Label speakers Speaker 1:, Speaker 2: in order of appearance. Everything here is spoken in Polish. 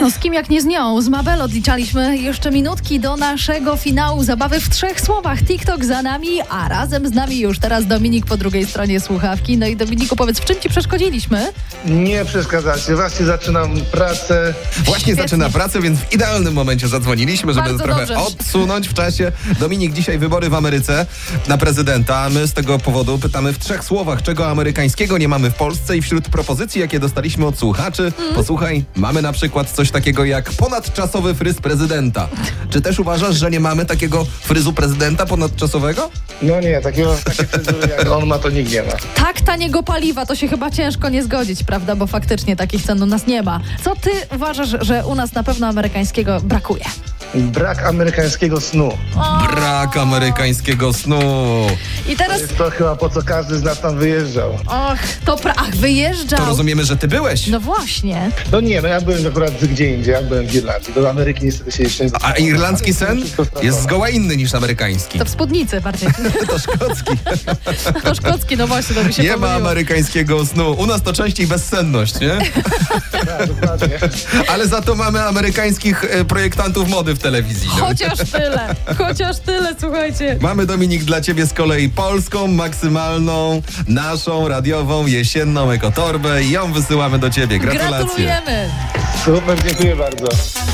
Speaker 1: No z kim jak nie z nią? Z Mabel odliczaliśmy jeszcze minutki do naszego finału zabawy w trzech słowach. TikTok za nami, a razem z nami już teraz Dominik po drugiej stronie słuchawki. No i Dominiku, powiedz, w czym ci przeszkodziliśmy?
Speaker 2: Nie przeszkadzacie, właśnie zaczynam pracę.
Speaker 3: Właśnie
Speaker 1: Świetnie.
Speaker 3: zaczyna pracę, więc w idealnym momencie zadzwoniliśmy, żeby
Speaker 1: Bardzo
Speaker 3: trochę
Speaker 1: dobrze.
Speaker 3: odsunąć w czasie. Dominik, dzisiaj wybory w Ameryce na prezydenta. My z tego powodu pytamy w trzech słowach, czego amerykańskiego nie mamy w Polsce i wśród propozycji, jakie dostaliśmy od słuchaczy,
Speaker 1: Mhm.
Speaker 3: posłuchaj, mamy na przykład coś takiego jak ponadczasowy fryz prezydenta. Czy też uważasz, że nie mamy takiego fryzu prezydenta ponadczasowego?
Speaker 2: No nie, takiego takie fryzury jak on ma, to nikt nie ma.
Speaker 1: Tak taniego paliwa, to się chyba ciężko nie zgodzić, prawda? Bo faktycznie takich cen u nas nie ma. Co ty uważasz, że u nas na pewno amerykańskiego brakuje?
Speaker 2: Brak amerykańskiego snu.
Speaker 3: Brak amerykańskiego snu.
Speaker 1: I teraz,
Speaker 2: Jest to chyba po co każdy z nas tam wyjeżdżał.
Speaker 1: och, to pra... Ach, wyjeżdżał.
Speaker 3: To rozumiemy, że ty byłeś.
Speaker 1: No właśnie.
Speaker 2: No nie, no ja byłem akurat gdzie indziej, ja byłem w Irlandii. Do Ameryki niestety się jeszcze nie
Speaker 3: A irlandzki sen
Speaker 2: Wszystko stracone.
Speaker 3: jest zgoła inny niż amerykański.
Speaker 1: To w spódnicy bardziej.
Speaker 3: To szkocki.
Speaker 1: To szkocki, no właśnie, to by się
Speaker 3: Nie ma
Speaker 1: pomyliło.
Speaker 3: amerykańskiego snu. U nas to częściej bezsenność, nie?
Speaker 2: Tak, dokładnie.
Speaker 3: Ale za to mamy amerykańskich e, projektantów mody w telewizji. No.
Speaker 1: Chociaż tyle, chociaż tyle, słuchajcie.
Speaker 3: Mamy Dominik dla ciebie z kolei polską, maksymalną, naszą radiową, jesienną ekotorbę i ją wysyłamy do ciebie. Gratulacje.
Speaker 1: Gratulujemy.
Speaker 2: Super, dziękuję bardzo.